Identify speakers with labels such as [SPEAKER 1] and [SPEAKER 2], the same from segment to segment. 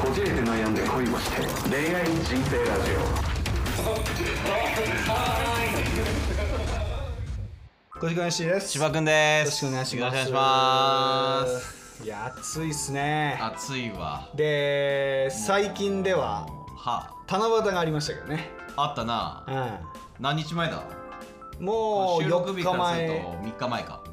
[SPEAKER 1] こじれて悩んで恋をして恋愛人生ラジ
[SPEAKER 2] 小島よしです
[SPEAKER 3] 千葉くんで
[SPEAKER 2] よろし
[SPEAKER 3] す。
[SPEAKER 2] くお願いします
[SPEAKER 3] よろくお願いします
[SPEAKER 2] いや暑いっすね
[SPEAKER 3] 暑いわ。
[SPEAKER 2] で最近では
[SPEAKER 3] は
[SPEAKER 2] 七夕がありましたけどね、
[SPEAKER 3] あったな。何日前だ。
[SPEAKER 2] うん、もう
[SPEAKER 3] 収録
[SPEAKER 2] 4
[SPEAKER 3] 日
[SPEAKER 2] 日
[SPEAKER 3] からすると
[SPEAKER 2] 前、
[SPEAKER 3] 三日前か。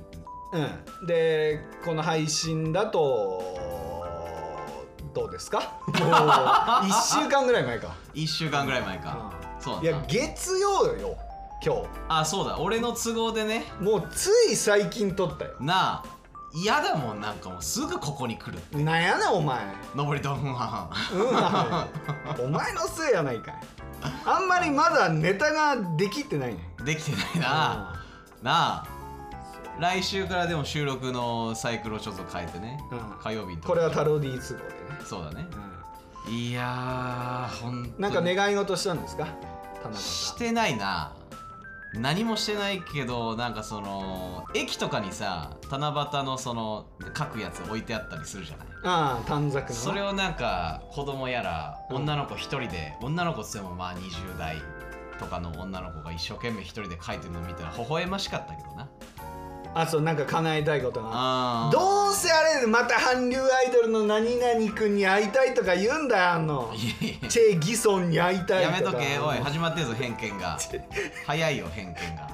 [SPEAKER 2] うん、でこの配信だとどうですかもう1週間 ぐらい前か、
[SPEAKER 3] 一週間ぐらい前か。そ
[SPEAKER 2] う、
[SPEAKER 3] うなんん
[SPEAKER 2] い
[SPEAKER 3] だ
[SPEAKER 2] や月曜よ今
[SPEAKER 3] あ、そうだ。俺の都合でね。
[SPEAKER 2] 日もうつい最近撮ったよ
[SPEAKER 3] なあ。嫌だもんなんかもうすぐここに来る。
[SPEAKER 2] なんやねんお前
[SPEAKER 3] 上りドンハ
[SPEAKER 2] うんあれお前のせいやないかいあんまりまだネタができてないね
[SPEAKER 3] ン。できてないな。なあ。来週からでも収録のサイクルをちょっと変えてね。
[SPEAKER 2] うん
[SPEAKER 3] 火曜日に
[SPEAKER 2] うん
[SPEAKER 3] 撮
[SPEAKER 2] こ
[SPEAKER 3] る
[SPEAKER 2] れはタロディ都合でね、
[SPEAKER 3] そうだね。
[SPEAKER 2] う
[SPEAKER 3] いやー、ほんと
[SPEAKER 2] ん、
[SPEAKER 3] に
[SPEAKER 2] なんか願い事したんですか田
[SPEAKER 3] し
[SPEAKER 2] 中
[SPEAKER 3] てないな何もしてないけどなんかその駅とかにさ七夕のその書くやつ置いてあったりするじゃない
[SPEAKER 2] ああ短冊の
[SPEAKER 3] それをなんか子供やら
[SPEAKER 2] うん
[SPEAKER 3] 女の子一人で女の子っつってもまあ20代とかの女の子が一生懸命一人で書いてるの見たら微笑ましかったけどな
[SPEAKER 2] あそうなんか叶えたいことが
[SPEAKER 3] あー
[SPEAKER 2] どうせあれでまた韓流アイドルの何々君に会いたいとか言うんだよあの
[SPEAKER 3] いやいや
[SPEAKER 2] チェ・ギソンに会いたい
[SPEAKER 3] や
[SPEAKER 2] とか
[SPEAKER 3] めとけおい
[SPEAKER 2] あの
[SPEAKER 3] 始まってるぞ偏見が早いよ偏見が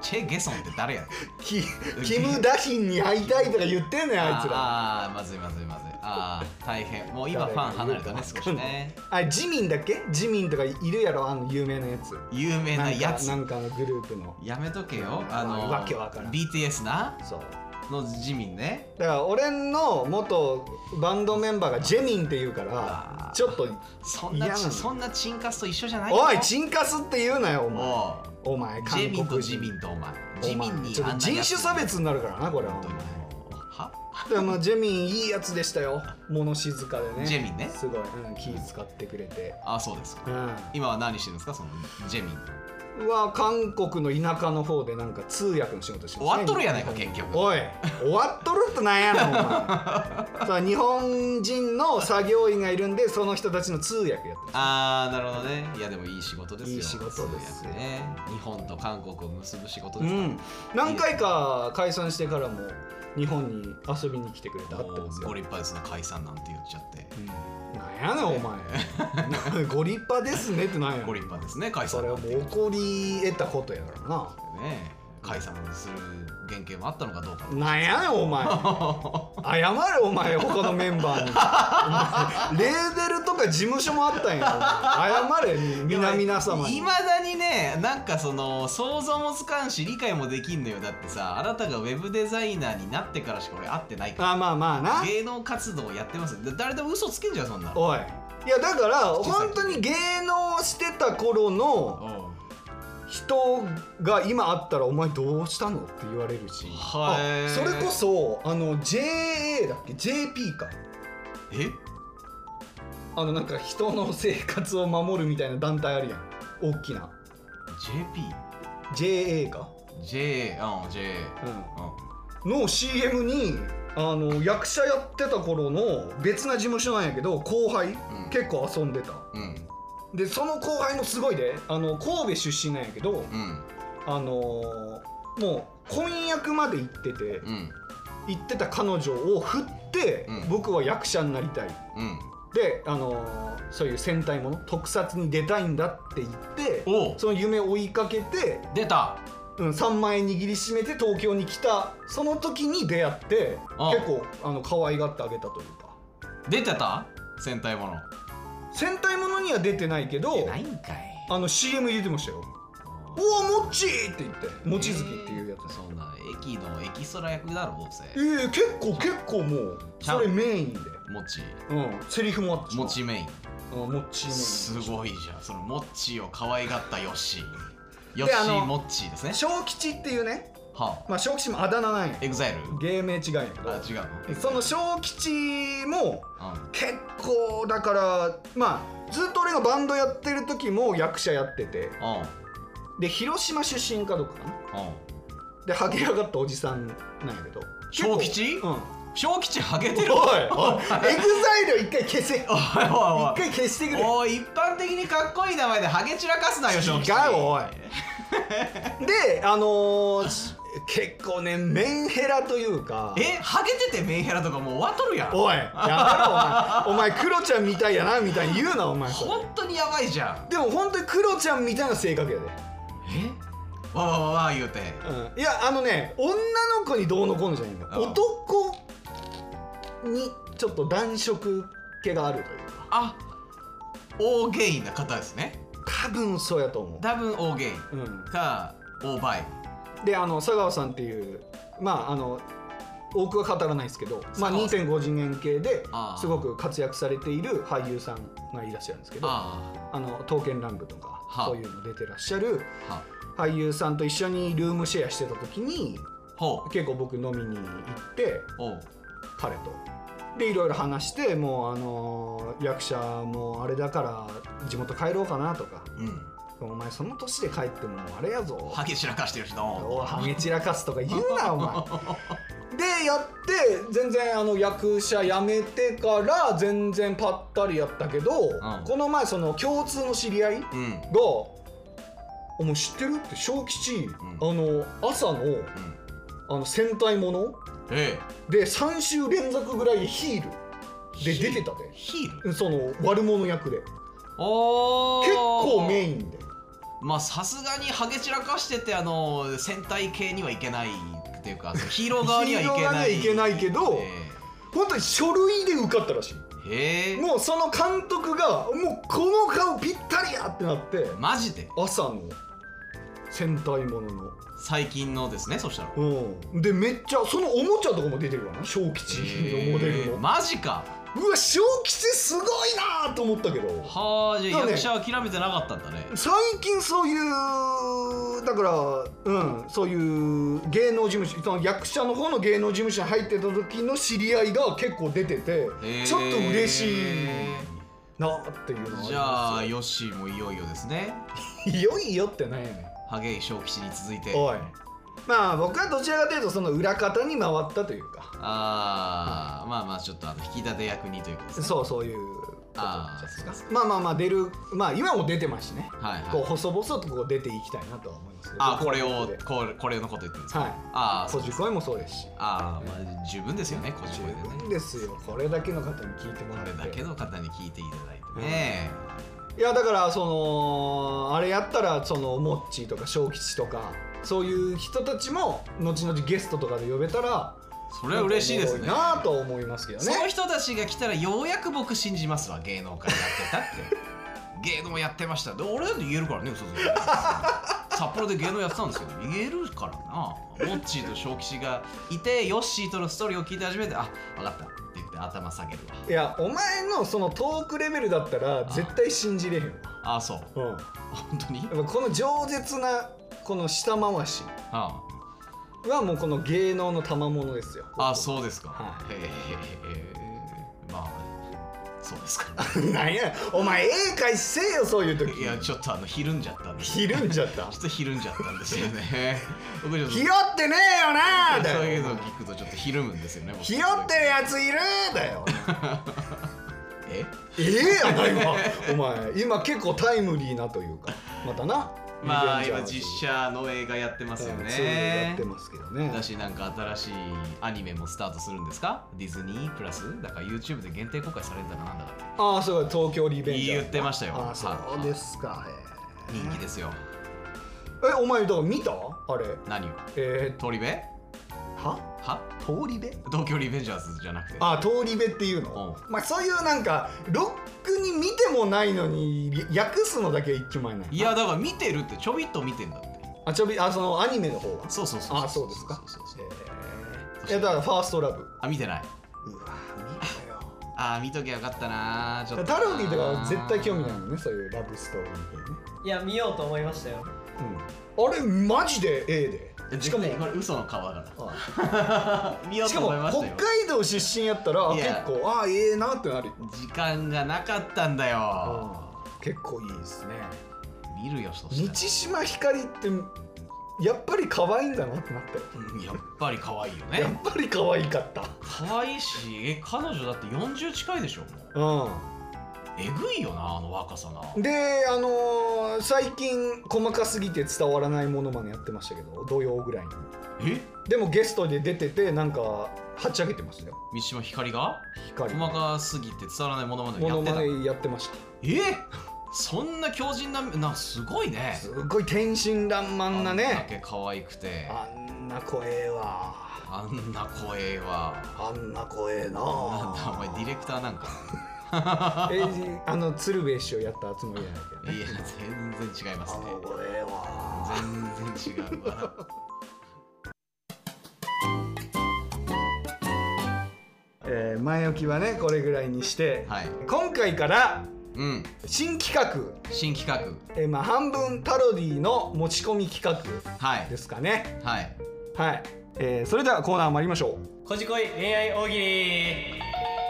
[SPEAKER 3] チェ・ゲソンって誰や
[SPEAKER 2] キ キム・ダヒンに会いたいとか言ってんねんあいつら
[SPEAKER 3] あーあーまずいまずいまずいああ大変もう今ファン離れたね少しね
[SPEAKER 2] あジミンだっけジミンとかいるやろあの有名なやつ
[SPEAKER 3] 有名なやつ
[SPEAKER 2] なんかなんかのグループの
[SPEAKER 3] やめとけよあの
[SPEAKER 2] わけわからん
[SPEAKER 3] BTS な
[SPEAKER 2] そう
[SPEAKER 3] のジミンね
[SPEAKER 2] だから俺の元バンドメンバーがジェミンって言うから
[SPEAKER 3] あー
[SPEAKER 2] ちょっと
[SPEAKER 3] そんな
[SPEAKER 2] 嫌なの
[SPEAKER 3] そんなチンカスと一緒じゃないよ
[SPEAKER 2] おいチンカスって言うなよお前
[SPEAKER 3] お
[SPEAKER 2] お前
[SPEAKER 3] う
[SPEAKER 2] 韓
[SPEAKER 3] ジ
[SPEAKER 2] 国
[SPEAKER 3] ェ
[SPEAKER 2] 人
[SPEAKER 3] ミンとジミンとお前ジミンに
[SPEAKER 2] ちょっ
[SPEAKER 3] あ
[SPEAKER 2] と
[SPEAKER 3] んな
[SPEAKER 2] 人種
[SPEAKER 3] やつ
[SPEAKER 2] 差別になるからなこれは
[SPEAKER 3] 本当には
[SPEAKER 2] でもまあジェミンいいやつでしたよ物静かでね
[SPEAKER 3] ジェミンね
[SPEAKER 2] すごい、うん、気使ってくれて
[SPEAKER 3] あそうですか
[SPEAKER 2] うん
[SPEAKER 3] 今は何してるんですかそのジェミンと
[SPEAKER 2] は韓国の田舎の方でなんか通訳の仕事して
[SPEAKER 3] 終
[SPEAKER 2] ますね
[SPEAKER 3] わっとるやないか結局
[SPEAKER 2] おい終わっとるってなんやねんお 前そう日本人の作業員がいるんでその人たちの通訳やってる
[SPEAKER 3] あーなるほどねいやでもいい仕事ですよ
[SPEAKER 2] いい仕事です
[SPEAKER 3] 通訳ね日本と韓国を結ぶ仕事
[SPEAKER 2] う
[SPEAKER 3] ですから、
[SPEAKER 2] ん、何回か解散してからも日本に遊びに来てくれて会って
[SPEAKER 3] も
[SPEAKER 2] ます
[SPEAKER 3] う
[SPEAKER 2] よ
[SPEAKER 3] ご、立派ですね解散なんて言っちゃって、
[SPEAKER 2] なんやねんお 前ご立派ですねってなんや
[SPEAKER 3] ご立派ですね解
[SPEAKER 2] そ
[SPEAKER 3] 散
[SPEAKER 2] れ
[SPEAKER 3] な
[SPEAKER 2] は
[SPEAKER 3] ん
[SPEAKER 2] も
[SPEAKER 3] て
[SPEAKER 2] う
[SPEAKER 3] 言っちゃっ
[SPEAKER 2] 怒り得たことやからな
[SPEAKER 3] てね解散する原型もあったのかどうか
[SPEAKER 2] なんやねんお前謝れお前他のメンバーにお前レーデルとか事務所もあったんやお前謝れ皆皆様に
[SPEAKER 3] いまだにねなんかその想像もつかんし理解もできんのよだってさあなたがウェブデザイナーになってからしか俺会ってないか
[SPEAKER 2] あまあまあな
[SPEAKER 3] ら芸能活動やってますだ誰でも嘘つけんじゃんそんなの
[SPEAKER 2] おいいやだから
[SPEAKER 3] 口先
[SPEAKER 2] 本当に芸能してた頃の
[SPEAKER 3] おう
[SPEAKER 2] 人が今あったら「お前どうしたの?」って言われるし
[SPEAKER 3] は
[SPEAKER 2] あ
[SPEAKER 3] い
[SPEAKER 2] それこそあの JA だっけ JP か
[SPEAKER 3] え
[SPEAKER 2] あのなんか人の生活を守るみたいな団体あるやん大きな JA か、
[SPEAKER 3] JPJA うん JA
[SPEAKER 2] う
[SPEAKER 3] うん
[SPEAKER 2] ん、の CM にあの役者やってた頃の別な事務所なんやけど後輩、
[SPEAKER 3] ん
[SPEAKER 2] 結構遊んでた
[SPEAKER 3] うん
[SPEAKER 2] でその後輩もすごいであの神戸出身なんやけど、
[SPEAKER 3] うん
[SPEAKER 2] あのーもう婚約まで行ってて
[SPEAKER 3] うん
[SPEAKER 2] 行ってた彼女を振って、
[SPEAKER 3] うん
[SPEAKER 2] 僕は役者になりたい
[SPEAKER 3] うん
[SPEAKER 2] で、あのーそういう戦隊もの特撮に出たいんだって言って
[SPEAKER 3] おう
[SPEAKER 2] その夢を追いかけて、
[SPEAKER 3] 出た
[SPEAKER 2] うん、3万円握りしめて東京に来たその時に出会って
[SPEAKER 3] あ
[SPEAKER 2] 結構あの可愛がってあげたというか
[SPEAKER 3] 出てた戦隊もの
[SPEAKER 2] 戦隊ものには出てないけど
[SPEAKER 3] いんかい
[SPEAKER 2] あの CM 入れてましたよ「
[SPEAKER 3] お
[SPEAKER 2] おおもっち!」って言って望月っていうやつ
[SPEAKER 3] そんな駅のエキストラ役だろどうせ
[SPEAKER 2] ええ結構結構もうそれメインで、
[SPEAKER 3] もち
[SPEAKER 2] うん、セリフもあったしな
[SPEAKER 3] もちメイ
[SPEAKER 2] うんもち
[SPEAKER 3] ン
[SPEAKER 2] メイン
[SPEAKER 3] すごいじゃんそのもっちを可愛がったよしよ
[SPEAKER 2] あ
[SPEAKER 3] し
[SPEAKER 2] の
[SPEAKER 3] もっちですね
[SPEAKER 2] 小吉っていうね、
[SPEAKER 3] は
[SPEAKER 2] まあ、小吉もあだ名なんや
[SPEAKER 3] あエグザイル
[SPEAKER 2] 芸名違うんやけ
[SPEAKER 3] あ
[SPEAKER 2] ど
[SPEAKER 3] 違うの
[SPEAKER 2] その小吉も結構だからまあずっと俺がバンドやってる時も役者やってて
[SPEAKER 3] うんうん
[SPEAKER 2] で広島出身かどうかかな
[SPEAKER 3] うん
[SPEAKER 2] でハゲ上がったおじさんなんやけど
[SPEAKER 3] 小吉
[SPEAKER 2] 結構うん
[SPEAKER 3] 表記値ハゲて
[SPEAKER 2] おい
[SPEAKER 3] るおい
[SPEAKER 2] おいエグザイルを一回消せ一
[SPEAKER 3] おい
[SPEAKER 2] 回消してくれ
[SPEAKER 3] おい一般的にかっこいい名前でハゲ散らかすなよ正
[SPEAKER 2] 違うおいであのーし結構ねメンヘラというか
[SPEAKER 3] えハゲててメンヘラとかもう終わっとるやん
[SPEAKER 2] おいやめろお前お前クロちゃんみたいやなみたいに言うなお前
[SPEAKER 3] 本当にやばいじゃん
[SPEAKER 2] でも本当にクロちゃんみたいな性格やで、
[SPEAKER 3] えわわわわ言うて
[SPEAKER 2] うん、いやあのね女の子にどうのこうのじゃないんだ
[SPEAKER 3] ああ
[SPEAKER 2] 男にちょっと男色気があるというか
[SPEAKER 3] あ大ゲインな方ですね
[SPEAKER 2] 多分そうやと思
[SPEAKER 3] 多分大ゲイン
[SPEAKER 2] う、うん、
[SPEAKER 3] か大バイ
[SPEAKER 2] であの佐川さんっていうまああの多くは語らないですけど、まあ、
[SPEAKER 3] 佐川さん
[SPEAKER 2] 2.5次元系で
[SPEAKER 3] ああ
[SPEAKER 2] すごく活躍されている俳優さんがいらっしゃるんですけど「あ
[SPEAKER 3] あ
[SPEAKER 2] の刀剣乱舞」とか
[SPEAKER 3] はあ
[SPEAKER 2] そういうの出てらっしゃる
[SPEAKER 3] あは
[SPEAKER 2] 俳優さんと一緒にルームシェアしてた時に
[SPEAKER 3] ほう
[SPEAKER 2] 結構僕飲みに行って
[SPEAKER 3] おう
[SPEAKER 2] 彼と。でいろいろ話してもうあの役者もあれだから地元帰ろうかなとか
[SPEAKER 3] う
[SPEAKER 2] 「
[SPEAKER 3] ん
[SPEAKER 2] お前その年で帰ってもあれやぞ」
[SPEAKER 3] ハゲ散らかしてる人
[SPEAKER 2] おいハゲ散らかすとか言うなお前でやって全然あの役者辞めてから全然ぱったりやったけど、
[SPEAKER 3] ん
[SPEAKER 2] この前その共通の知り合いが
[SPEAKER 3] うんうん
[SPEAKER 2] 「お前知ってる?」って小吉、あの朝のあの戦隊もの
[SPEAKER 3] え
[SPEAKER 2] で3週連続ぐらいヒール
[SPEAKER 3] え
[SPEAKER 2] で出てたで
[SPEAKER 3] ヒール
[SPEAKER 2] うんその悪者役で
[SPEAKER 3] おー
[SPEAKER 2] 結構メインで
[SPEAKER 3] まあさすがにハゲ散らかしててあの戦隊系にはいけないっていうかヒーロー側にはいけ
[SPEAKER 2] ヒーロー側に
[SPEAKER 3] な
[SPEAKER 2] はいいけないけど
[SPEAKER 3] え
[SPEAKER 2] 本当に書類で受かったらしい
[SPEAKER 3] えへえ
[SPEAKER 2] もうその監督がもうこの顔ぴったりやってなって
[SPEAKER 3] マジで
[SPEAKER 2] 朝の戦隊ものの
[SPEAKER 3] 最近のですねそしたら
[SPEAKER 2] うんでめっちゃそのおもちゃとかも出てるわな小吉のモデル
[SPEAKER 3] へ
[SPEAKER 2] の、
[SPEAKER 3] えマジか
[SPEAKER 2] うわ小吉すごいなーと思ったけど
[SPEAKER 3] はあじゃあ
[SPEAKER 2] だね
[SPEAKER 3] 役者は諦めてなかったんだね
[SPEAKER 2] 最近そういうだからうんそういう芸能事務所その役者の方の芸能事務所に入ってた時の知り合いが結構出てて
[SPEAKER 3] へ え
[SPEAKER 2] ちょっと嬉しいなっていうのは
[SPEAKER 3] じゃあ
[SPEAKER 2] りま
[SPEAKER 3] ヨッシーもいよいよですね
[SPEAKER 2] すよいよいよってなんやねん
[SPEAKER 3] ハゲイ小吉に続いて
[SPEAKER 2] おいまあ僕はどちらかというとその裏方に回ったというか
[SPEAKER 3] ああまあまあちょっとあの引き立て役にということですね
[SPEAKER 2] そうそういうことじゃ
[SPEAKER 3] あ
[SPEAKER 2] ない
[SPEAKER 3] あ
[SPEAKER 2] です
[SPEAKER 3] そう
[SPEAKER 2] か
[SPEAKER 3] かそ
[SPEAKER 2] まあまあまあ出るまあ今も出てますしね、
[SPEAKER 3] はい
[SPEAKER 2] こう
[SPEAKER 3] はい
[SPEAKER 2] 細々とこう出ていきたいなとは思いますけど
[SPEAKER 3] あこれを
[SPEAKER 2] 僕は
[SPEAKER 3] これこれのこと言ってるんですか
[SPEAKER 2] はい
[SPEAKER 3] ああそう
[SPEAKER 2] こじこいもそうですし
[SPEAKER 3] ああまあ十分ですよねこじ
[SPEAKER 2] 十
[SPEAKER 3] これでね
[SPEAKER 2] 分ですよこれだけの方に聞いてもら
[SPEAKER 3] こ
[SPEAKER 2] って
[SPEAKER 3] れだけの方に聞いていただいてね、
[SPEAKER 2] いやだからそのあれやったらそのモッチーとか小吉とかそういう人たちも後々ゲストとかで呼べたら
[SPEAKER 3] それは嬉しいですね
[SPEAKER 2] なんかおもろいなと思いますけどね
[SPEAKER 3] その人たちが来たらようやく僕信じますわ芸能界やってた って芸能やってましたで俺だって言えるからね嘘ついて札幌で芸能やってたんですけど言えるからなモッチーと小吉がいてヨッシーとのストーリーを聞いて初めてあ分かったって言って頭下げる
[SPEAKER 2] いやお前のそのトークレベルだったら絶対信じれへんわ
[SPEAKER 3] わあそう
[SPEAKER 2] うんや
[SPEAKER 3] 本当に
[SPEAKER 2] っぱこの饒舌なこの下回し
[SPEAKER 3] あ
[SPEAKER 2] はもうこの芸能の賜物ですよ
[SPEAKER 3] ああそうですか、
[SPEAKER 2] は
[SPEAKER 3] へえまあそうですか
[SPEAKER 2] なんやお前絵描いせえよそういう時
[SPEAKER 3] いやちょっとあのひるんじゃったんです
[SPEAKER 2] ひるんじゃった
[SPEAKER 3] ちょっとひるんじゃったんですよね 僕ちょっと
[SPEAKER 2] ひよってねえよなだ
[SPEAKER 3] そういう
[SPEAKER 2] よ
[SPEAKER 3] のを聞くとちょっとひるむんですよね。僕
[SPEAKER 2] ひよってるやついるだよ
[SPEAKER 3] え
[SPEAKER 2] ええやな今お前今結構タイムリーなというかまたな
[SPEAKER 3] まあ
[SPEAKER 2] リベ
[SPEAKER 3] 今
[SPEAKER 2] ンジャーズ
[SPEAKER 3] 実写の映画やってますよ
[SPEAKER 2] うんそういうのやっ
[SPEAKER 3] ね
[SPEAKER 2] て。ますけどね
[SPEAKER 3] だしなんか新しいアニメもスタートするんですかディズニープラスだから YouTube で限定公開されるんだかなんだかって
[SPEAKER 2] ああそうだ東京リベンジャーズ
[SPEAKER 3] 言ってましたよ
[SPEAKER 2] ああそうですかへえ
[SPEAKER 3] 人気ですよ
[SPEAKER 2] えお前だから見たあれ
[SPEAKER 3] 何を
[SPEAKER 2] え
[SPEAKER 3] 通り部
[SPEAKER 2] ー、は
[SPEAKER 3] は
[SPEAKER 2] 通り部
[SPEAKER 3] 東京リベンジャーズじゃなくて
[SPEAKER 2] あ通り部っていうの、
[SPEAKER 3] う
[SPEAKER 2] まあそういうなんかロックに見てもないのにり訳すのだけは一丁前ない
[SPEAKER 3] いやだから見てるってちょびっと見てんだって
[SPEAKER 2] あちょびあそのアニメの方は
[SPEAKER 3] そうそうそう
[SPEAKER 2] あそうですか
[SPEAKER 3] そうそうそう
[SPEAKER 2] えーいやだからファーストラブ
[SPEAKER 3] あ見てないう
[SPEAKER 2] わ見ろよ
[SPEAKER 3] あー見ときゃよかったなーちょっと
[SPEAKER 2] タロディとか絶対興味ない
[SPEAKER 3] い
[SPEAKER 2] もんねそういうラブストーリー系
[SPEAKER 4] いや見ようと思いましたよ
[SPEAKER 2] ね、うん、あれマジで A でし
[SPEAKER 3] し
[SPEAKER 2] か
[SPEAKER 3] か
[SPEAKER 2] も
[SPEAKER 3] もこれ嘘の顔だから
[SPEAKER 2] あ
[SPEAKER 3] 見よう
[SPEAKER 2] しか
[SPEAKER 3] と
[SPEAKER 2] も
[SPEAKER 3] 思いました
[SPEAKER 2] 北
[SPEAKER 3] よ
[SPEAKER 2] 海道出身やったらあ
[SPEAKER 3] い
[SPEAKER 2] 結
[SPEAKER 3] や
[SPEAKER 2] 構ああええなってなるよ
[SPEAKER 3] 時間がなかったんだよ
[SPEAKER 2] 結構いいですね
[SPEAKER 3] 見るよそしたら
[SPEAKER 2] 満島ひかりってやっぱり可愛いんだなってなっ
[SPEAKER 3] うんやっぱり可愛いよ
[SPEAKER 2] てや
[SPEAKER 3] ね
[SPEAKER 2] っぱり可愛かった
[SPEAKER 3] 可愛いしえ彼女だって40近いでしょもう
[SPEAKER 2] う
[SPEAKER 3] えぐいよなあの若さなん
[SPEAKER 2] であのー最近細かすぎて伝わらないものまでやってましたけど土曜ぐらいに
[SPEAKER 3] え
[SPEAKER 2] でもゲストで出ててなんかはっちゃけてましたよ
[SPEAKER 3] 三島ひかりが
[SPEAKER 2] 光
[SPEAKER 3] 細かすぎて伝わらないものまねを
[SPEAKER 2] も
[SPEAKER 3] や
[SPEAKER 2] の
[SPEAKER 3] って
[SPEAKER 2] ま
[SPEAKER 3] た
[SPEAKER 2] ねやってました
[SPEAKER 3] えそんな強靭ななすごいね
[SPEAKER 2] すごい天真爛漫な
[SPEAKER 3] あんだ
[SPEAKER 2] ね
[SPEAKER 3] け可愛くて
[SPEAKER 2] あんな声は
[SPEAKER 3] あんな声は
[SPEAKER 2] あんな声な
[SPEAKER 3] なんだお前ディレクターなんか
[SPEAKER 2] えーあの鶴瓶師匠やったつもりじゃないけど
[SPEAKER 3] い
[SPEAKER 2] ね
[SPEAKER 3] や全然違いますね
[SPEAKER 2] 声は
[SPEAKER 3] 全然違うわ
[SPEAKER 2] えー前置きはねこれぐらいにして、
[SPEAKER 3] はい
[SPEAKER 2] 今回から
[SPEAKER 3] うん
[SPEAKER 2] 新企画、
[SPEAKER 3] 新企画
[SPEAKER 2] えーまあ、半分パロディの持ち込み企画
[SPEAKER 3] は
[SPEAKER 2] で
[SPEAKER 3] い
[SPEAKER 2] すかね
[SPEAKER 3] はい
[SPEAKER 2] はい、えーそれではコーナー参りましょ
[SPEAKER 4] こじこい恋愛大喜利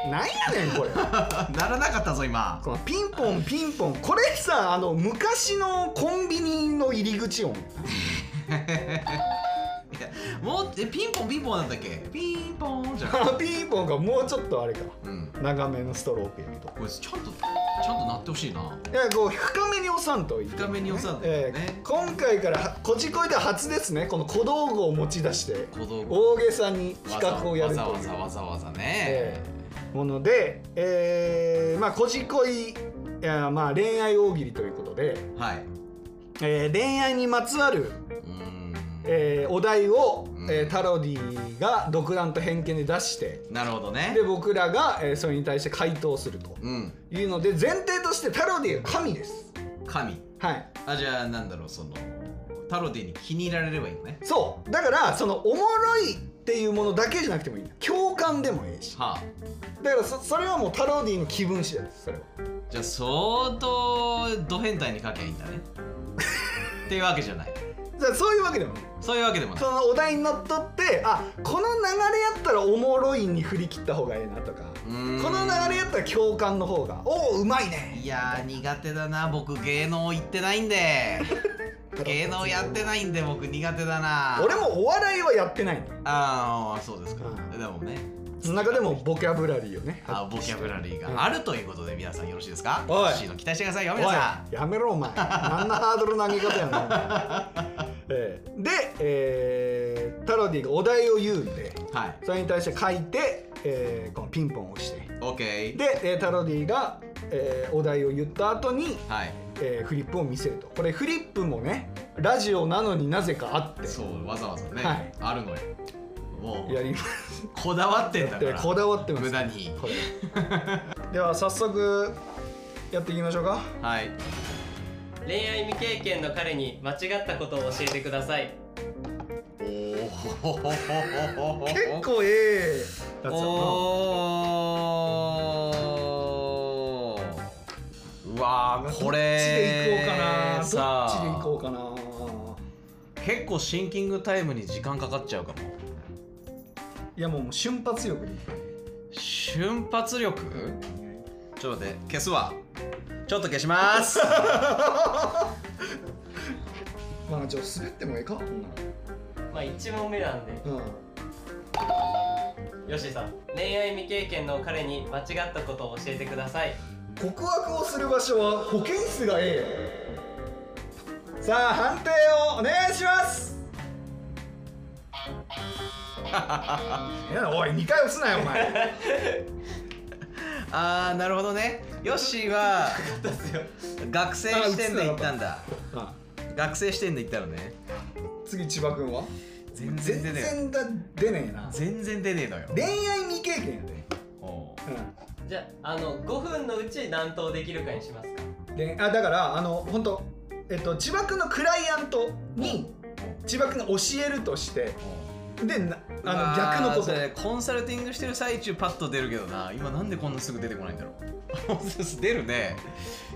[SPEAKER 2] うなんやねんこれ
[SPEAKER 3] ならなかったぞ今
[SPEAKER 2] このピンポンピンポンこれさあの昔のコンビニの入り口音
[SPEAKER 3] いやもうえピンポンピンポンなんだっけピンポンじゃん、
[SPEAKER 2] あピンポンがもうちょっとあれか
[SPEAKER 3] うん、
[SPEAKER 2] 長めのストロークやけど
[SPEAKER 3] これちゃんとちゃんと鳴ってほしいない
[SPEAKER 2] やこう深めに押さんといけない
[SPEAKER 3] 深めに押さんと
[SPEAKER 2] えー
[SPEAKER 3] ね
[SPEAKER 2] 今回からはこちこいでは初ですねこの小道具を持ち出して
[SPEAKER 3] 小道具
[SPEAKER 2] 大げさに企画をやるという
[SPEAKER 3] わざわざわざわざね、
[SPEAKER 2] えーもので、えーまあこじこいいやまあ恋愛大喜利ということで、
[SPEAKER 3] はい
[SPEAKER 2] えー恋愛にまつわる、
[SPEAKER 3] うーん
[SPEAKER 2] えーお題を、
[SPEAKER 3] うん
[SPEAKER 2] えータロディが独断と偏見で出して
[SPEAKER 3] なるほどね
[SPEAKER 2] で僕らが、えーそれに対して回答すると
[SPEAKER 3] うん
[SPEAKER 2] いうので前提としてタロディが神です。
[SPEAKER 3] 神
[SPEAKER 2] はい
[SPEAKER 3] あじゃあなんだろうそのタロディに気に入られればいいのね
[SPEAKER 2] そうだからそのおもろいっていうものだけじゃなくてもいい共感でもいいし
[SPEAKER 3] はあ
[SPEAKER 2] だからそそれはもうタローディの気分次第ですそれは
[SPEAKER 3] じゃあ相当ド変態に書きゃいいん だねっていうわけじゃない
[SPEAKER 2] だからそういうわけでもない
[SPEAKER 3] そういうわけでもない
[SPEAKER 2] そのお題にのっとってあこの流れやったらおもろいに振り切った方がいいなとか
[SPEAKER 3] こ
[SPEAKER 2] この流れやったら共感の方がおおうまいね
[SPEAKER 3] いやー苦手だな僕芸能行ってないん で芸能やってないんで僕苦手だな
[SPEAKER 2] 俺もお笑いはやってないの
[SPEAKER 3] ああそうですか、
[SPEAKER 2] うん
[SPEAKER 3] でもね
[SPEAKER 2] その中でもボキャブラリーをね
[SPEAKER 3] あボキャブラリー
[SPEAKER 2] うん
[SPEAKER 3] があるということで皆さんよろしいですか
[SPEAKER 2] おい
[SPEAKER 3] C の期待してくださいよ
[SPEAKER 2] おい
[SPEAKER 3] 皆さ
[SPEAKER 2] やめろお前何のハードルの上げ方やねんお前ええで、えータロディがお題を言うんで
[SPEAKER 3] んはい
[SPEAKER 2] それに対して書いて、えーこのピンポンを押して
[SPEAKER 3] OK
[SPEAKER 2] で、えータロディが、えーお題を言った後に、
[SPEAKER 3] はい
[SPEAKER 2] えーフリップを見せるとこれフリップもねラジオなのになぜかあって
[SPEAKER 3] そうわざわざね、
[SPEAKER 2] はい
[SPEAKER 3] あるのよも
[SPEAKER 2] や
[SPEAKER 3] う
[SPEAKER 2] ります
[SPEAKER 3] こだわってんだか
[SPEAKER 2] で
[SPEAKER 3] ら
[SPEAKER 2] こだわってます
[SPEAKER 3] 無駄に
[SPEAKER 2] これでは早速やっていきましょうか
[SPEAKER 3] はい
[SPEAKER 4] 恋愛未経験の彼に間違ったことを教えてください
[SPEAKER 3] おお
[SPEAKER 2] 結構ええやつやな
[SPEAKER 3] おーうわー
[SPEAKER 2] ど
[SPEAKER 3] これ
[SPEAKER 2] っちで
[SPEAKER 3] さあ
[SPEAKER 2] 行こうかなどっちで行こうか
[SPEAKER 3] 結構シンキングタイムに時間かかっちゃうかも
[SPEAKER 2] ないやもう瞬発力でいく
[SPEAKER 3] 瞬発力ちょっと待って消すわちょっと消します
[SPEAKER 2] まあじゃあ滑ってもええかこんなの
[SPEAKER 4] まあ1問目なんで
[SPEAKER 2] うん
[SPEAKER 4] よしさん恋愛未経験の彼に間違ったことを教えてください
[SPEAKER 2] 告白をする場所は保健室がええよさあ判定をお願いします いやおい2回押すなよお 前
[SPEAKER 3] ああなるほどねヨッシー は学生視点で行ったんだ
[SPEAKER 2] あ
[SPEAKER 3] 学生視点で行ったのね
[SPEAKER 2] 次千葉君は
[SPEAKER 3] 全然
[SPEAKER 2] 全
[SPEAKER 3] 出ねえ
[SPEAKER 2] 然だ出ねえな
[SPEAKER 3] 全然出ねえのよ
[SPEAKER 2] 恋愛未経験やで、
[SPEAKER 3] おー
[SPEAKER 4] じゃああの5分のうち何答できるかにしますか
[SPEAKER 2] うん、であだからあの本当えっと千葉君のクライアントに千葉君が教えるとしてでなあの逆のこと
[SPEAKER 3] うわーそれコンサルティングしてる最中パッと出るけどな今なんでこんなすぐ出てこないんだろう 出るね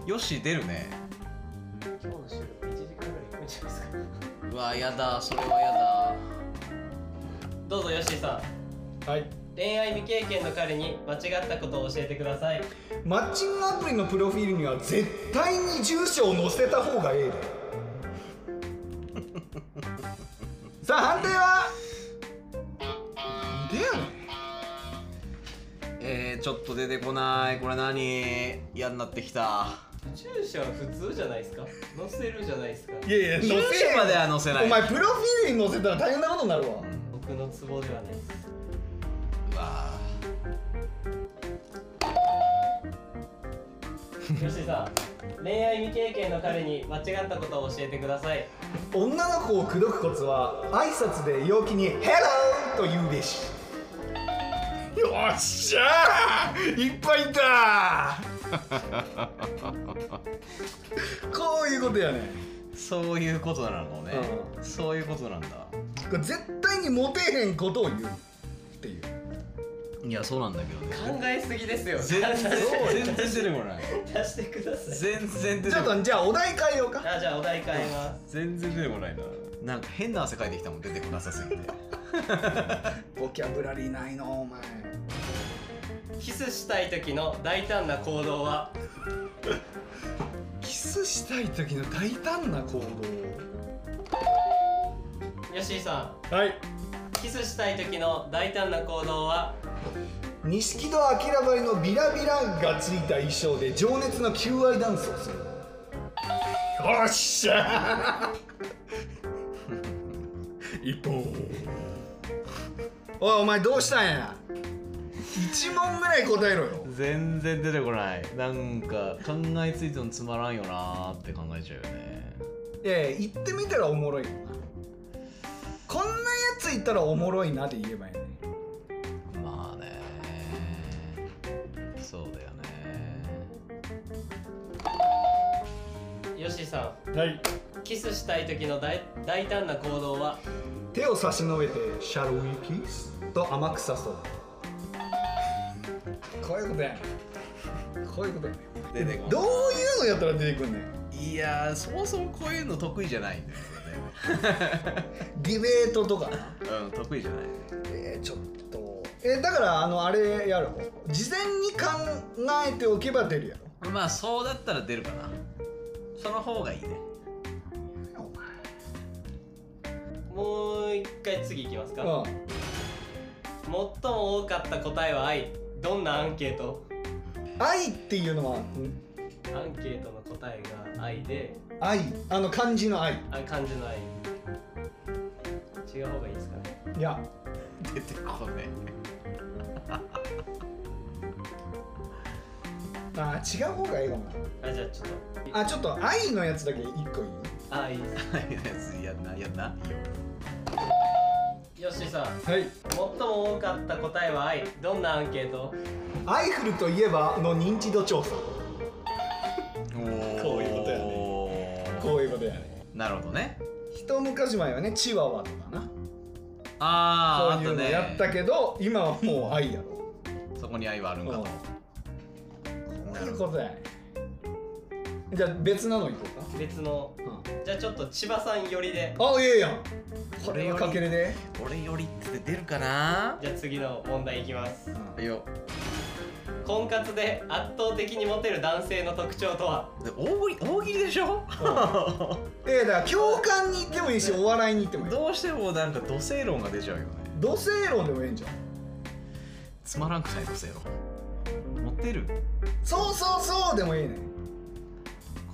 [SPEAKER 3] よし出るね
[SPEAKER 4] 今日の収録1時間ぐらいいくんじゃないですか
[SPEAKER 3] うわやだそれはやだ
[SPEAKER 4] どうぞよしさん
[SPEAKER 2] はい
[SPEAKER 4] 恋愛未経験の彼に間違ったことを教えてください
[SPEAKER 2] マッチングアプリのプロフィールには絶対に住所を載せた方がええで さあ判定は
[SPEAKER 3] でやねんえー、ちょっと出てこないこれ何嫌になってきた
[SPEAKER 4] 住所は普通じゃないですか載せるじゃないですか
[SPEAKER 2] いや
[SPEAKER 3] 住所までは載せない
[SPEAKER 2] お前プロフィールに載せたら大変なことになるわ
[SPEAKER 4] 僕のツボではないです
[SPEAKER 3] うわ
[SPEAKER 4] 吉井さん恋愛未経験の彼に間違ったことを教えてください
[SPEAKER 2] 女の子を口説くコツは挨拶で陽気に「ヘロー!」と言うべしよっしゃーいっぱいいた こういうことやね
[SPEAKER 3] ーそういうことなのね、そういうことなんだ
[SPEAKER 2] これ絶対にモテへんことを言うっていう
[SPEAKER 3] いやそうなんだけどね
[SPEAKER 4] 考えすぎですよ
[SPEAKER 3] 全然全然出
[SPEAKER 4] 出
[SPEAKER 3] てこない
[SPEAKER 4] してください
[SPEAKER 3] 全然出て
[SPEAKER 2] ちょっ
[SPEAKER 3] こない
[SPEAKER 2] とじゃあお題変えようか
[SPEAKER 4] あじゃあお題変えま
[SPEAKER 3] 全然出てこないななんか変な汗かいてきたもん出てこなさすぎて
[SPEAKER 2] ボキャブラリーないのお前
[SPEAKER 4] すキスしたい時の大胆な行動は
[SPEAKER 2] キスしたい時の大胆な行
[SPEAKER 4] 吉井さ
[SPEAKER 2] 動はい
[SPEAKER 4] んキスしたい時の大胆な行動は
[SPEAKER 2] 錦戸明ばりのビラビラがついた衣装で情熱の求愛ダンスをするよっしゃー一本おいお前どうしたんや一問ぐらい答えろよ
[SPEAKER 3] 全然出てこないなんか考えついてもつまらんよなーって考えちゃうよね
[SPEAKER 2] いやいや言ってみたらおもろいよなこんなやついたらおもろいなで言えばいいね
[SPEAKER 3] まあねそうだよね
[SPEAKER 4] 吉井さ
[SPEAKER 2] はい
[SPEAKER 4] んキスしたい時の大大胆な行動は
[SPEAKER 2] 手を差し伸べて「シャルウィキス」と甘く誘うこういうことやねんこういうことやねん
[SPEAKER 3] 出てこ
[SPEAKER 2] どういうのやったら出てくんねん
[SPEAKER 3] ないいやーそもそもこういうの得意じゃないんだよ
[SPEAKER 2] ディベートとかな
[SPEAKER 3] ね うん得意じゃないね
[SPEAKER 2] えー、ちょっとえーだからあのあれやろ事前に考えておけば出るやろ
[SPEAKER 3] まあそうだったら出るかなその方がいいね
[SPEAKER 4] もう一回次いきますか、
[SPEAKER 2] うん
[SPEAKER 4] 最も多かった答えは愛どんなアンケート
[SPEAKER 2] 愛っていうのはうん
[SPEAKER 4] アンケートの答えが愛で
[SPEAKER 2] 愛あの漢字の愛
[SPEAKER 4] あ漢字の愛違う方がいいですかね
[SPEAKER 2] いや
[SPEAKER 3] 出てこね
[SPEAKER 2] あー違う方がいいかもな
[SPEAKER 4] あじゃあちょっと
[SPEAKER 2] あちょっと愛のやつだけ一個いい
[SPEAKER 4] あいいです
[SPEAKER 3] え いや別にやんなやんないいよ
[SPEAKER 4] よしさん
[SPEAKER 2] はい
[SPEAKER 4] 最も多かった答えは愛どんなアンケート
[SPEAKER 2] アイフルといえばの認知度調査こういうことや
[SPEAKER 3] ね
[SPEAKER 2] こういうことやね
[SPEAKER 3] なるほどね
[SPEAKER 2] 一昔前はねチワワとかな
[SPEAKER 3] ああ
[SPEAKER 2] そういう
[SPEAKER 3] あと
[SPEAKER 2] の
[SPEAKER 3] ね
[SPEAKER 2] やったけど、今はもう愛やろ
[SPEAKER 3] そこに愛はあるんかと
[SPEAKER 2] こういうことやねじゃあ別なのいこう
[SPEAKER 4] 別の
[SPEAKER 2] か、
[SPEAKER 4] じゃあちょっと千葉さん寄りで
[SPEAKER 2] あいいやんこ
[SPEAKER 3] これ
[SPEAKER 2] れは
[SPEAKER 3] より
[SPEAKER 2] かけれで、
[SPEAKER 3] 俺よりって出るかな
[SPEAKER 4] じゃあ次の問題いきます
[SPEAKER 3] いいよ
[SPEAKER 4] 婚活で圧倒的にモテる男性の特徴とは
[SPEAKER 3] で大喜利大喜利でし ょ
[SPEAKER 2] ええだから共感に行ってもいいしお笑いに行ってもいい
[SPEAKER 3] どうしてもなんか土星論が出ちゃうよね
[SPEAKER 2] 土星論でもええんじゃん
[SPEAKER 3] つまらんくない土星論モテる
[SPEAKER 2] そうそうそうでもいいね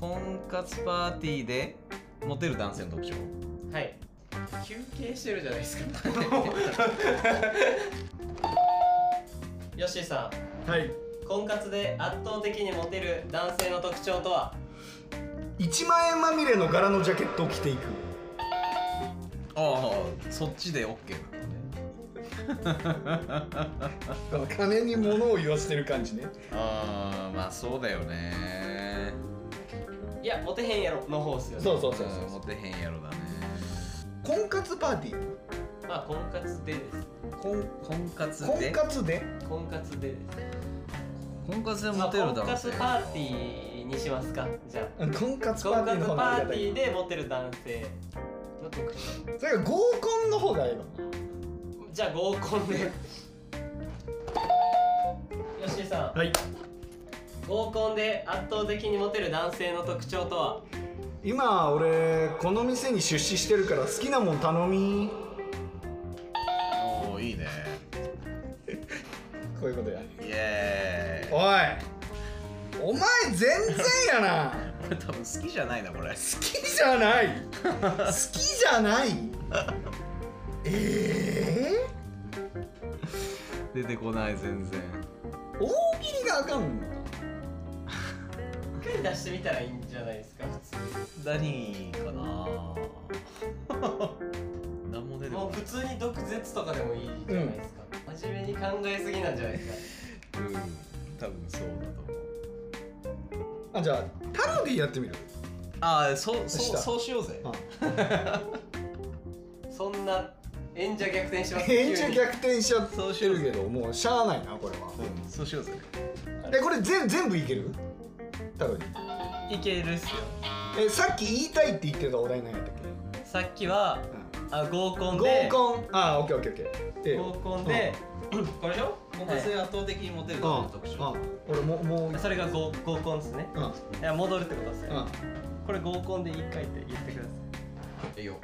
[SPEAKER 3] 婚活パーティーでモテる男性の特徴
[SPEAKER 4] はい休憩してるじゃないですか よしさん
[SPEAKER 2] はい
[SPEAKER 4] 婚活で圧倒的にモテる男性の特徴とは
[SPEAKER 2] 1万円まみれの柄のジャケットを着ていく
[SPEAKER 3] ああそっちで OK なのね
[SPEAKER 2] 金に物を言わせてる感じね
[SPEAKER 3] ああまあそうだよね
[SPEAKER 4] いやモテへんやろの方っすよね
[SPEAKER 2] そうそうそうそう
[SPEAKER 3] モテへんやろだね
[SPEAKER 2] 婚活パーティー
[SPEAKER 4] まあ婚活でです
[SPEAKER 3] 婚婚活
[SPEAKER 2] 婚
[SPEAKER 3] で
[SPEAKER 2] 活で
[SPEAKER 4] 婚活でです
[SPEAKER 3] 婚活で
[SPEAKER 4] ま
[SPEAKER 3] モ
[SPEAKER 4] あ
[SPEAKER 3] テる
[SPEAKER 4] 婚
[SPEAKER 3] 男
[SPEAKER 4] 活
[SPEAKER 3] 性
[SPEAKER 4] パーティーにしますかじゃ
[SPEAKER 2] うん婚
[SPEAKER 4] あ
[SPEAKER 2] 活パー
[SPEAKER 4] 婚
[SPEAKER 2] ティー
[SPEAKER 4] 活
[SPEAKER 2] の
[SPEAKER 4] パ
[SPEAKER 2] 方がありが
[SPEAKER 4] ーテ
[SPEAKER 2] た
[SPEAKER 4] ィー
[SPEAKER 2] い
[SPEAKER 4] でモテる男性の特徴
[SPEAKER 2] それが合コンの方がいいわ
[SPEAKER 4] じゃあ合コン で吉井さん
[SPEAKER 2] はい
[SPEAKER 4] 合コンで圧倒的にモテる男性の特徴とは
[SPEAKER 2] 今俺この店に出資してるから好きなもん頼み全然やな
[SPEAKER 3] 俺多分好きじゃないなこれ
[SPEAKER 2] 好きじゃない好きじゃないえ
[SPEAKER 3] 出てこない全然
[SPEAKER 2] え大喜利があかんの
[SPEAKER 4] 一回出してみたらいいんじゃないですか
[SPEAKER 3] 何かな 何も出て
[SPEAKER 4] も
[SPEAKER 3] こ
[SPEAKER 4] う普通に毒舌とかでもいいじゃないですか、真面目に考えすぎなんじゃないです
[SPEAKER 3] ないうん多分そうだと思う
[SPEAKER 2] あじゃあパロディやってみる
[SPEAKER 3] ああそう
[SPEAKER 2] し
[SPEAKER 3] そう
[SPEAKER 2] た
[SPEAKER 3] そうしようぜ
[SPEAKER 2] あ
[SPEAKER 4] かそんな演者逆転します
[SPEAKER 2] 返事
[SPEAKER 4] 急に
[SPEAKER 2] 逆転しちゃってるけどもうしゃあないなこれは
[SPEAKER 3] うんそうしようぜ
[SPEAKER 2] えこれ全全部いけるパロディ
[SPEAKER 4] いけるっすよ
[SPEAKER 2] えさっき言いたいって言ってたお題なんやったっ
[SPEAKER 4] さっきは
[SPEAKER 2] け
[SPEAKER 4] あ合コン
[SPEAKER 2] 合
[SPEAKER 4] で
[SPEAKER 2] コンあオッケーオッケーオッケーええ
[SPEAKER 4] 合コンで、これでしょ
[SPEAKER 3] 合コン性圧倒的にモテるから特
[SPEAKER 2] うん
[SPEAKER 3] 徴
[SPEAKER 2] うん俺ももう
[SPEAKER 4] それが合合コンですね
[SPEAKER 2] うんうん
[SPEAKER 4] いや戻るってことですね、これ合コンで一回って言ってください
[SPEAKER 3] えいよ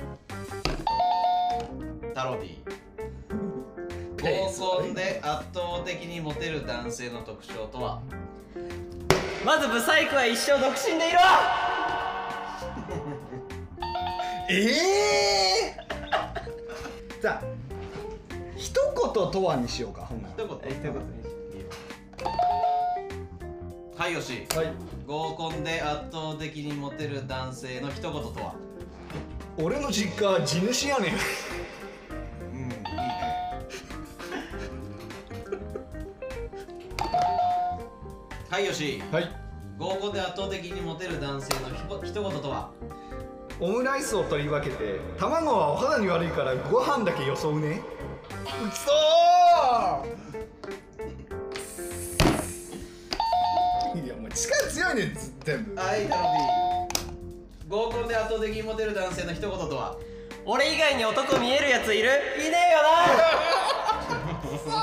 [SPEAKER 3] タロディ
[SPEAKER 2] ペー
[SPEAKER 3] 合
[SPEAKER 2] ス
[SPEAKER 3] コンで圧倒的にモテる男性の特徴とは
[SPEAKER 4] まずブサイクは一生独身でいろ
[SPEAKER 2] ええ ー、じゃあ一言とはにしようかほんなら
[SPEAKER 3] 一
[SPEAKER 4] えということで
[SPEAKER 3] はいよし
[SPEAKER 2] はい
[SPEAKER 3] 合コンで圧倒的にモテる男性の一言とは
[SPEAKER 2] 俺の実家は地主やねん
[SPEAKER 3] うんいいねはいよし
[SPEAKER 2] はい
[SPEAKER 3] 合コンで圧倒的にモテる男性のひぼ一言とは
[SPEAKER 2] オムライスを取り分けて卵はお肌に悪いからご飯だけよそうねうきそーいやもう力強いねず全部
[SPEAKER 3] はいタロディ合コンで圧倒的にモテる男性の一言とは
[SPEAKER 4] 俺以外に男見えるやついるいねえよ
[SPEAKER 2] くそー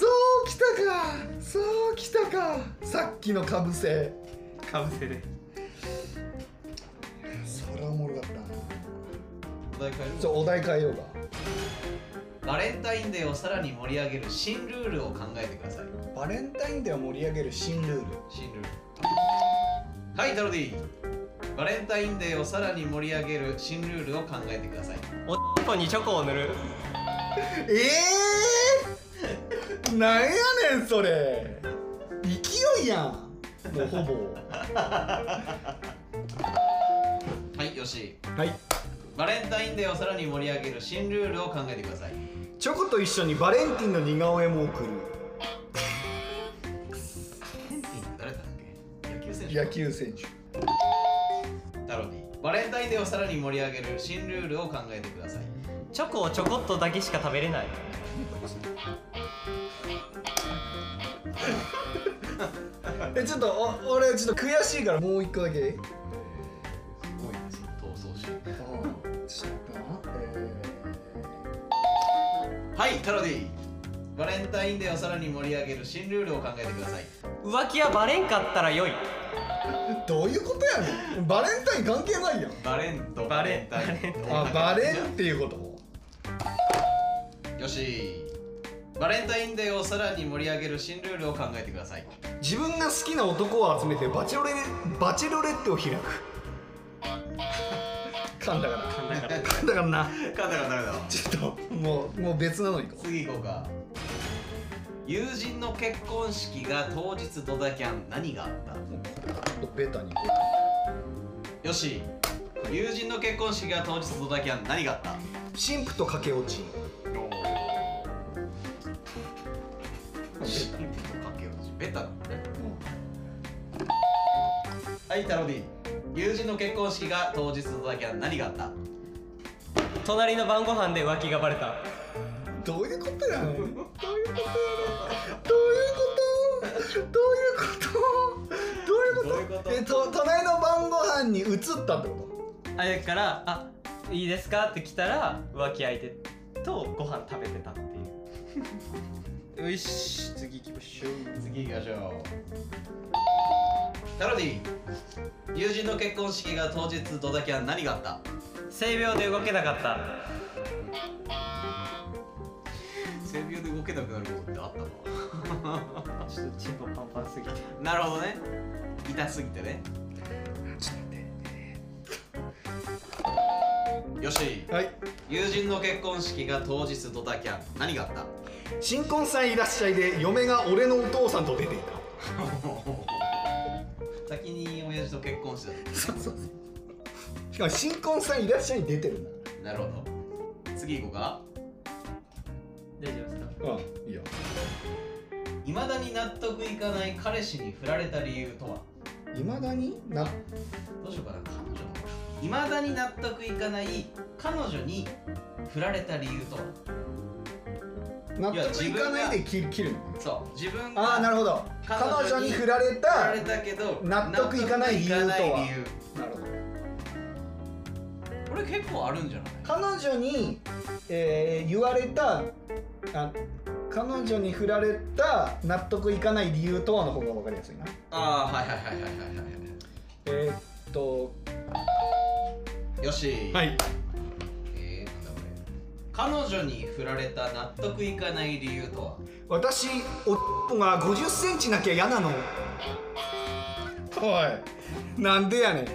[SPEAKER 2] そうきたかそうきたかさっきのかぶせ
[SPEAKER 4] なかぶせで
[SPEAKER 2] それはおもろかったな
[SPEAKER 3] お題変える
[SPEAKER 2] ちょお題変えようか
[SPEAKER 3] バレンタインデーをさらに盛り上げる新ルールを考えてください
[SPEAKER 2] バレンタインデーを盛り上げる新ルール
[SPEAKER 3] 新ルールはいタロディバレンタインデーをさらに盛り上げる新ルールを考えてください
[SPEAKER 4] おっぽにチョコを塗る
[SPEAKER 2] ええー、 なんやねんそれ勢いやんもうほぼ
[SPEAKER 3] はいよし
[SPEAKER 2] はい
[SPEAKER 3] バレンタインデーをさらに盛り上げる新ルールを考えてください
[SPEAKER 2] チョコと一緒にバレンティンの似顔絵も送る
[SPEAKER 3] ケンティンって誰だっけ野球選手
[SPEAKER 2] 野球選手
[SPEAKER 3] タロディバレンタインデーをさらに盛り上げる新ルールを考えてください
[SPEAKER 4] チョコをちょこっとだけしか食べれない
[SPEAKER 2] えちょっとお俺ちょっと悔しいからもう一個だけ
[SPEAKER 3] すごいです闘争心
[SPEAKER 2] あーちょっと待って
[SPEAKER 3] はいタロディバレンタインデーをさらに盛り上げる新ルールを考えてください
[SPEAKER 4] 浮気はバレんかったらよい
[SPEAKER 2] どういうことやねんバレンタイン関係ないやん
[SPEAKER 3] バレンと
[SPEAKER 4] バレン
[SPEAKER 3] バレンタイン
[SPEAKER 2] あバレンっていうこと
[SPEAKER 3] よしバレンタインデーをさらに盛り上げる新ルールを考えてください
[SPEAKER 2] 自分が好きな男を集めてバチェロレバチェロレッテを開く噛んだから噛んだから噛んだからな
[SPEAKER 3] カタカタだ
[SPEAKER 2] ちょっともうもう別なのに行こ
[SPEAKER 3] 次行こうか友人の結婚式が当日ドタキャン何があっ
[SPEAKER 2] うベタに
[SPEAKER 3] たよし友人の結婚式が当日ドタキャン何があった
[SPEAKER 2] 神父と駆け落ち
[SPEAKER 3] シンプルとかけ落ちベタだもんねはいタロディ友人の結婚式が当日ドタキャン何があった
[SPEAKER 4] 隣の晩ご飯で浮気がバレた
[SPEAKER 2] どういうことやねんどういうことやねんどういうことどういうことどういうこと
[SPEAKER 3] どういうこと
[SPEAKER 2] えと隣の晩ご飯に移ったってこ
[SPEAKER 4] あれから「あいいですか?」って来たら浮気相手とご飯食べてたっていう よし次行きましょう
[SPEAKER 3] 次行きましょうタロディ友人の結婚式が当日ドタキャン何があった
[SPEAKER 4] 性病で動けなかった
[SPEAKER 3] 性病で動けなくなることってあった
[SPEAKER 4] ちょっとチンポパンパンすぎて
[SPEAKER 3] なるほどね痛すぎてねよし
[SPEAKER 2] はい
[SPEAKER 3] 友人の結婚式が当日ドタキャン何があった
[SPEAKER 2] 新婚さんいらっしゃいで嫁が俺のお父さんと出てい
[SPEAKER 3] 先に親父と結婚して
[SPEAKER 2] たそうそうしかも新婚さんいらっしゃいに出てるんだ
[SPEAKER 3] たなるほど次行こうか
[SPEAKER 4] 大丈夫ですか
[SPEAKER 2] うんいいよ
[SPEAKER 3] いまだに納得いかない彼氏に振られた理由とはい
[SPEAKER 2] まだにな
[SPEAKER 3] どうしようかな彼女のいまだに納得いかない彼女に振られた理由とは
[SPEAKER 2] 納得いかないで切切るのかな
[SPEAKER 3] そう自分
[SPEAKER 2] ああーな
[SPEAKER 3] が
[SPEAKER 2] るほど
[SPEAKER 3] 彼
[SPEAKER 2] 彼
[SPEAKER 3] 女に
[SPEAKER 2] 女に振られ
[SPEAKER 3] 振ら
[SPEAKER 2] た
[SPEAKER 3] れたけど
[SPEAKER 2] 納得いかない理由とは
[SPEAKER 3] 納得いかない理由
[SPEAKER 2] なるほど
[SPEAKER 3] これ結構あるんじゃない
[SPEAKER 2] 彼女に、えー言われたあ彼女に振られた納得いかない理由とはの方が分かりやすいな
[SPEAKER 3] ああはいはいはいはいはいは
[SPEAKER 2] えーっと
[SPEAKER 3] いよし、
[SPEAKER 2] い
[SPEAKER 3] えー、なんだこれ彼女に振られた納得いかない理由とは
[SPEAKER 2] 私おっぽが5 0ンチなきゃ嫌なのおいなんでやねん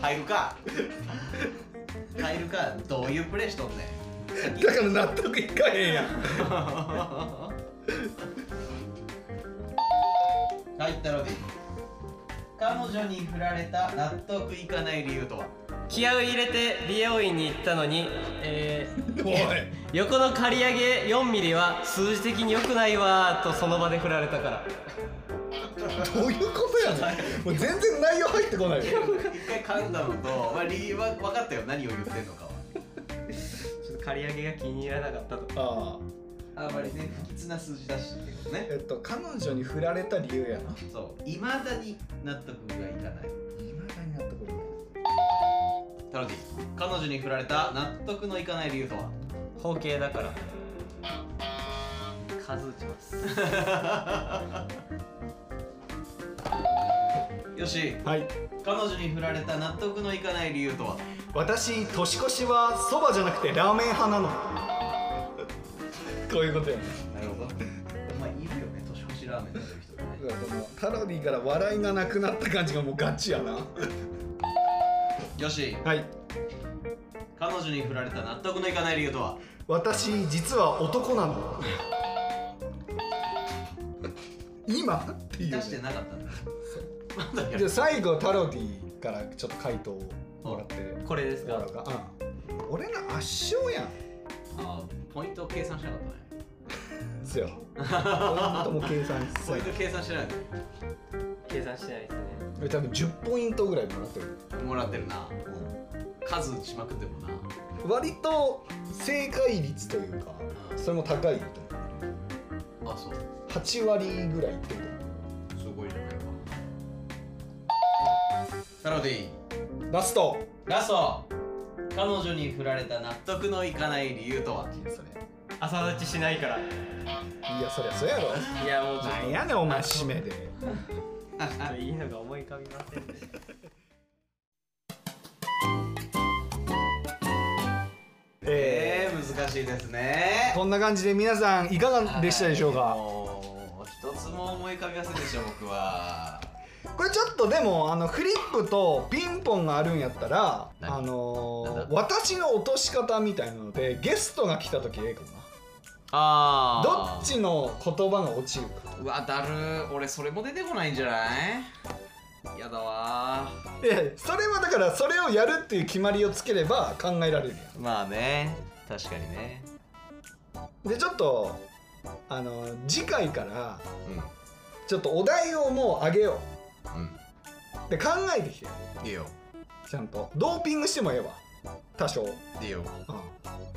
[SPEAKER 3] 入るか入るかどういうプレイしとんねん
[SPEAKER 2] だから納得いかへんやん
[SPEAKER 3] 入ったロビー彼女に振られた納得いかない理由とは
[SPEAKER 4] 気合を入れて美容院に行ったのに、えー
[SPEAKER 2] おい
[SPEAKER 4] 横の刈り上げ4ミリは数字的に良くないわーとその場で振られたから
[SPEAKER 2] どういうことやね んもう全然内容入ってこないよ
[SPEAKER 3] 一回噛んだのと、まあ、理由は分かったよ何を言ってんのかは
[SPEAKER 4] ちょっと刈り上げが気に入らなかったと
[SPEAKER 2] ああ
[SPEAKER 3] あんまりね不吉な数字だしってことね
[SPEAKER 2] えっと彼女に振られた理由やな
[SPEAKER 3] そういまだに納得がいかない
[SPEAKER 2] いまだに納得いかない
[SPEAKER 3] タロディ彼女に振られた納得のいかない理由とは
[SPEAKER 4] 方形だから数打ちます
[SPEAKER 3] よし
[SPEAKER 2] はい
[SPEAKER 3] 彼女に振られた納得のいかない理由とは
[SPEAKER 2] 私年越しはそばじゃなくてラーメン派なのこういうことやね
[SPEAKER 3] なるほどお前いるよね年越しラーメン食べる人がね
[SPEAKER 2] だからもうカロリーから笑いがなくなった感じがもうガチやな
[SPEAKER 3] よし
[SPEAKER 2] はい
[SPEAKER 3] 彼女に振られた納得のいかない理由とは
[SPEAKER 2] 私実は男なの今っていう
[SPEAKER 3] 出
[SPEAKER 2] ね、
[SPEAKER 3] してなかったんだまだや
[SPEAKER 2] じゃ
[SPEAKER 3] る
[SPEAKER 2] あ最後タロディからちょっと回答をもらって
[SPEAKER 4] これです
[SPEAKER 2] もら
[SPEAKER 4] か
[SPEAKER 2] うか、うん、俺の圧勝やん
[SPEAKER 3] あーポイントを計算しなかったね
[SPEAKER 2] ですよポイントも計算し
[SPEAKER 3] ポイン
[SPEAKER 2] て
[SPEAKER 3] ト計算してないね
[SPEAKER 4] 計算してないですね
[SPEAKER 2] 俺多分10ポイントぐらいもらってる
[SPEAKER 3] もらってるな数打ちまくってもな
[SPEAKER 2] 割と正解率というかそれも高いと思
[SPEAKER 3] あそう
[SPEAKER 2] う8割ぐらいいってる
[SPEAKER 3] すごいじゃないかタロディ
[SPEAKER 2] と思うラスト
[SPEAKER 3] ラスト彼女に振られた納得のいかない理由とはい
[SPEAKER 2] やそれ
[SPEAKER 4] 朝立ちしないから
[SPEAKER 2] いやそりゃそうやろ
[SPEAKER 4] いやもうちょっと
[SPEAKER 2] なんやねんお前締めで
[SPEAKER 4] ちょっといいのが思い浮かびませんでした
[SPEAKER 2] え
[SPEAKER 3] えー、難しいですね
[SPEAKER 2] ー、こんな感じで皆さんいかがでしたでしょう
[SPEAKER 3] はい
[SPEAKER 2] か
[SPEAKER 3] もう一つも思い浮かびませんでした僕は
[SPEAKER 2] これちょっとでもあのフリップとピンポンがあるんやったら
[SPEAKER 3] 何
[SPEAKER 2] あの
[SPEAKER 3] なん
[SPEAKER 2] ー、
[SPEAKER 3] だ
[SPEAKER 2] 私の落とし方みたいなのでゲストが来た時ええかもな
[SPEAKER 3] あ
[SPEAKER 2] どっちの言葉が落ちるか
[SPEAKER 3] うわだるー俺それも出てこないんじゃないやだわ
[SPEAKER 2] いやそれはだからそれをやるっていう決まりをつければ考えられるやん
[SPEAKER 3] ーまあね確かにね
[SPEAKER 2] でちょっとあの次回から
[SPEAKER 3] う
[SPEAKER 2] ちょっとお題をもうあげよ
[SPEAKER 3] ん
[SPEAKER 2] うで考えてきてよ
[SPEAKER 3] うんいいよ
[SPEAKER 2] ちゃんとドーピングしてもええわ多少、うん、
[SPEAKER 3] いいよ分か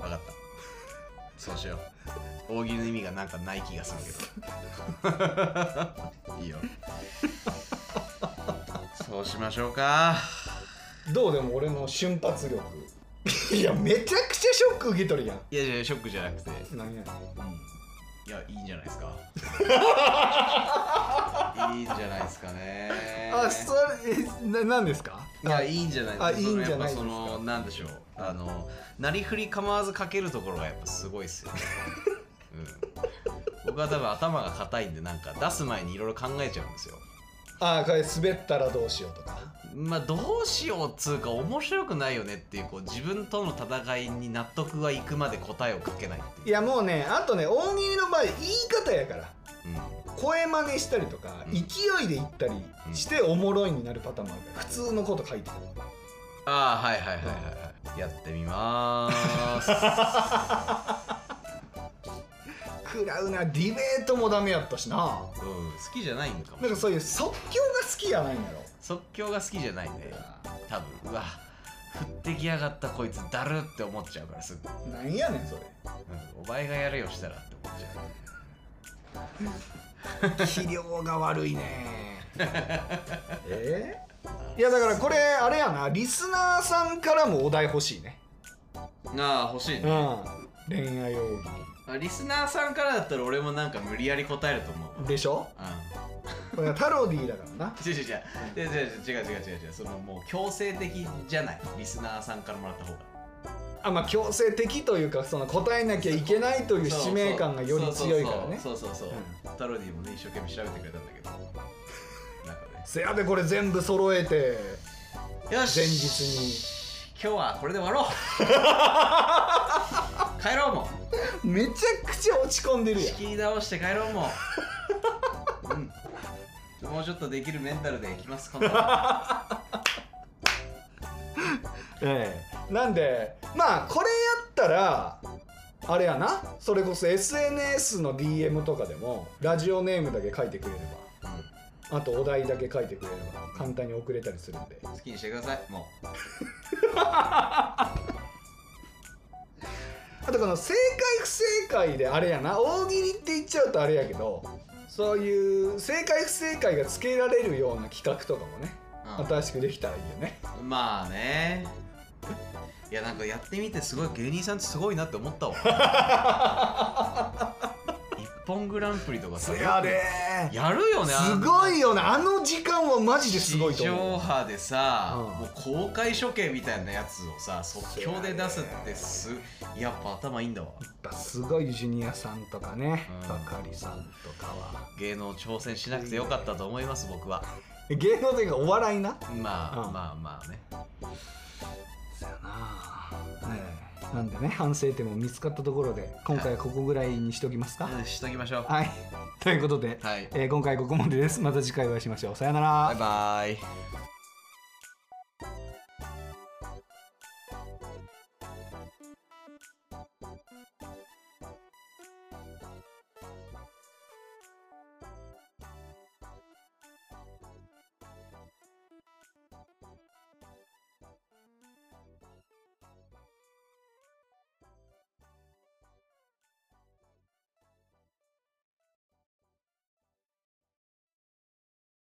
[SPEAKER 3] ったそうしよう大喜利の意味がなんかない気がするけ どいいよそうしましょうか
[SPEAKER 2] どうでも俺の瞬発力いやめちゃくちゃショック受けとるやん
[SPEAKER 3] いやいやショックじゃなくて
[SPEAKER 2] 何や
[SPEAKER 3] いやいいんじゃな いですかいいんじゃないですかね
[SPEAKER 2] あそれな何ですか
[SPEAKER 3] いやいいんじゃないですか
[SPEAKER 2] あいいんじゃないですか
[SPEAKER 3] そのやっぱそのなんでしょうあのなりふり構わずかけるところがやっぱすごいっすよね、僕は多分頭が硬いんでなんか出す前にいろいろ考えちゃうんですよ
[SPEAKER 2] ああこれ滑ったらどうしようとか
[SPEAKER 3] まあどうしようっつうか面白くないよねっていうこう自分との戦いに納得がいくまで答えを書けないって
[SPEAKER 2] い
[SPEAKER 3] いう、
[SPEAKER 2] やもうねあとね大喜利の場合言い方やから
[SPEAKER 3] うん、
[SPEAKER 2] 声真似したりとか、
[SPEAKER 3] うん
[SPEAKER 2] 勢いで言ったりしておもろいになるパターンもあるから普通のこと書いてくる
[SPEAKER 3] ああはいはいはいはいはいやってみまーす
[SPEAKER 2] 食らうなディベートもダメやったしな
[SPEAKER 3] うん好きじゃないんかも
[SPEAKER 2] なんかそういう即興が好きじゃないんだろ
[SPEAKER 3] 即興が好きじゃないね多分うわ振ってきやがったこいつだるって思っちゃうからすぐ、
[SPEAKER 2] なんやねんそれ
[SPEAKER 3] うんお前がやれよしたらって思っちゃう
[SPEAKER 2] 器量が悪いね えーいやだからこれあれやなリスナーさんからもお題欲しいね
[SPEAKER 3] ああ欲し
[SPEAKER 2] う
[SPEAKER 3] い
[SPEAKER 2] ん恋愛大喜
[SPEAKER 3] リスナーさんからだったら俺もなんか無理やり答えると思う
[SPEAKER 2] 利でしょ
[SPEAKER 3] う
[SPEAKER 2] これはタロディだからなん
[SPEAKER 3] 違う違う違う違う違う違う違う違う違うそのもう強制的じゃないリスナーさんからもらった方が
[SPEAKER 2] あまあ強制的というかその答えなきゃいけないという使命感がより強いからね
[SPEAKER 3] そうそうそうそうそうそうタロディもね一生懸命調べてくれたんだ けどなんかね
[SPEAKER 2] せやでこれ全部揃えて
[SPEAKER 3] よし
[SPEAKER 2] 前日に
[SPEAKER 3] 今日はこれで終わろ う帰ろうもう
[SPEAKER 2] めちゃくちゃ落ち込んでるや
[SPEAKER 3] 仕
[SPEAKER 2] ん
[SPEAKER 3] 切り直して帰ろうもう、うんちょ、もうちょっとできるメンタルでい きます今度は
[SPEAKER 2] ええなんでまあこれやったらあれやなそれこそ SNS の DM とかでもラジオネームだけ書いてくれれ
[SPEAKER 3] うん
[SPEAKER 2] ばあとお題だけ書いてくれれば簡単に送れたりするんで
[SPEAKER 3] 好きにしてくださいもう
[SPEAKER 2] あとこの正解不正解であれやな大喜利って言っちゃうとあれやけどそういう正解不正解がつけられるような企画とかもね
[SPEAKER 3] うん
[SPEAKER 2] 新しくできたらいいよね
[SPEAKER 3] まあねいやなんかやってみてすごい芸人さんってすごいなって思ったわ 一本グランプリとかさやるよねあ
[SPEAKER 2] す
[SPEAKER 3] んな
[SPEAKER 2] ごいよねあの時間はマジですごいと
[SPEAKER 3] 地
[SPEAKER 2] 思
[SPEAKER 3] 上
[SPEAKER 2] う
[SPEAKER 3] 波でさ、
[SPEAKER 2] うん
[SPEAKER 3] もう公開処刑みたいなやつをさ即興で出すってすやっぱ頭いいんだわ
[SPEAKER 2] やっぱすごいジュニアさんとかね
[SPEAKER 3] うん
[SPEAKER 2] バカリさんとかは
[SPEAKER 3] 芸能挑戦しなくてよかったと思います僕は
[SPEAKER 2] 芸能というかお笑いな
[SPEAKER 3] まあ、
[SPEAKER 2] うん
[SPEAKER 3] まあまあね
[SPEAKER 2] そやなねえなんでね反省点も見つかったところで今回はここぐらいにしときますか
[SPEAKER 3] うんしときましょう
[SPEAKER 2] はいということで、
[SPEAKER 3] はい
[SPEAKER 2] えー今回ここまでですまた次回お会いしましょうさよなら
[SPEAKER 3] バイバイ